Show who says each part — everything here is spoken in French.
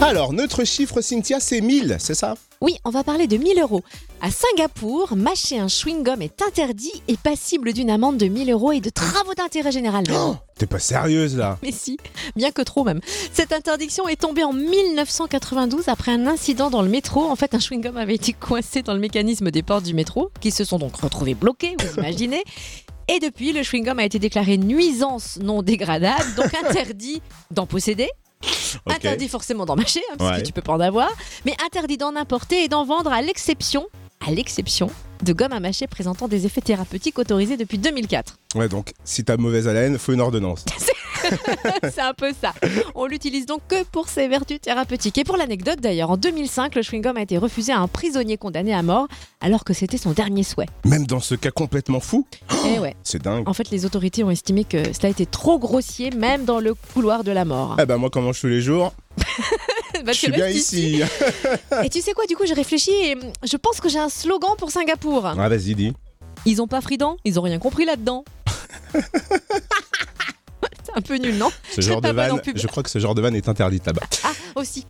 Speaker 1: Alors, notre chiffre, Cynthia, c'est 1000, c'est ça
Speaker 2: Oui, on va parler de 1000 euros. À Singapour, mâcher un chewing-gum est interdit et passible d'une amende de 1000 euros et de travaux d'intérêt général.
Speaker 1: Oh, T'es pas sérieuse là
Speaker 2: Mais si, bien que trop même. Cette interdiction est tombée en 1992 après un incident dans le métro. En fait, un chewing-gum avait été coincé dans le mécanisme des portes du métro, qui se sont donc retrouvés bloqués, vous imaginez. Et depuis, le chewing-gum a été déclaré nuisance non dégradable, donc interdit d'en posséder,
Speaker 1: Ok.
Speaker 2: Interdit forcément d'en mâcher, hein, parce
Speaker 1: Ouais.
Speaker 2: que tu peux pas en avoir, mais interdit d'en importer et d'en vendre à l'exception, à l'exception, de gomme à mâcher présentant des effets thérapeutiques autorisés depuis 2004.
Speaker 1: Ouais, donc si t'as mauvaise haleine, faut une ordonnance.
Speaker 2: C'est un peu ça. On l'utilise donc que pour ses vertus thérapeutiques. Et pour l'anecdote d'ailleurs, en 2005, le chewing-gum a été refusé à un prisonnier condamné à mort alors que c'était son dernier souhait.
Speaker 1: Même dans ce cas complètement fou,
Speaker 2: Eh ouais.
Speaker 1: c'est dingue.
Speaker 2: En fait, les autorités ont estimé que cela était trop grossier, même dans le couloir de la mort.
Speaker 1: Eh ben moi, comment je tous les jours
Speaker 2: Parce
Speaker 1: Je
Speaker 2: que
Speaker 1: suis
Speaker 2: le
Speaker 1: bien
Speaker 2: petit-
Speaker 1: ici.
Speaker 2: Et tu sais quoi, du coup, j'ai réfléchi et hum, je pense que j'ai un slogan pour Singapour.
Speaker 1: Ah, vas-y, dis.
Speaker 2: Ils ont pas frident, ils ont rien compris là-dedans. C'est un peu nul, non
Speaker 1: Ce
Speaker 2: Je serais
Speaker 1: genre de
Speaker 2: pas bonne en
Speaker 1: van,
Speaker 2: pub.
Speaker 1: je crois que ce genre de van est interdit là-bas.
Speaker 2: Ah, aussi.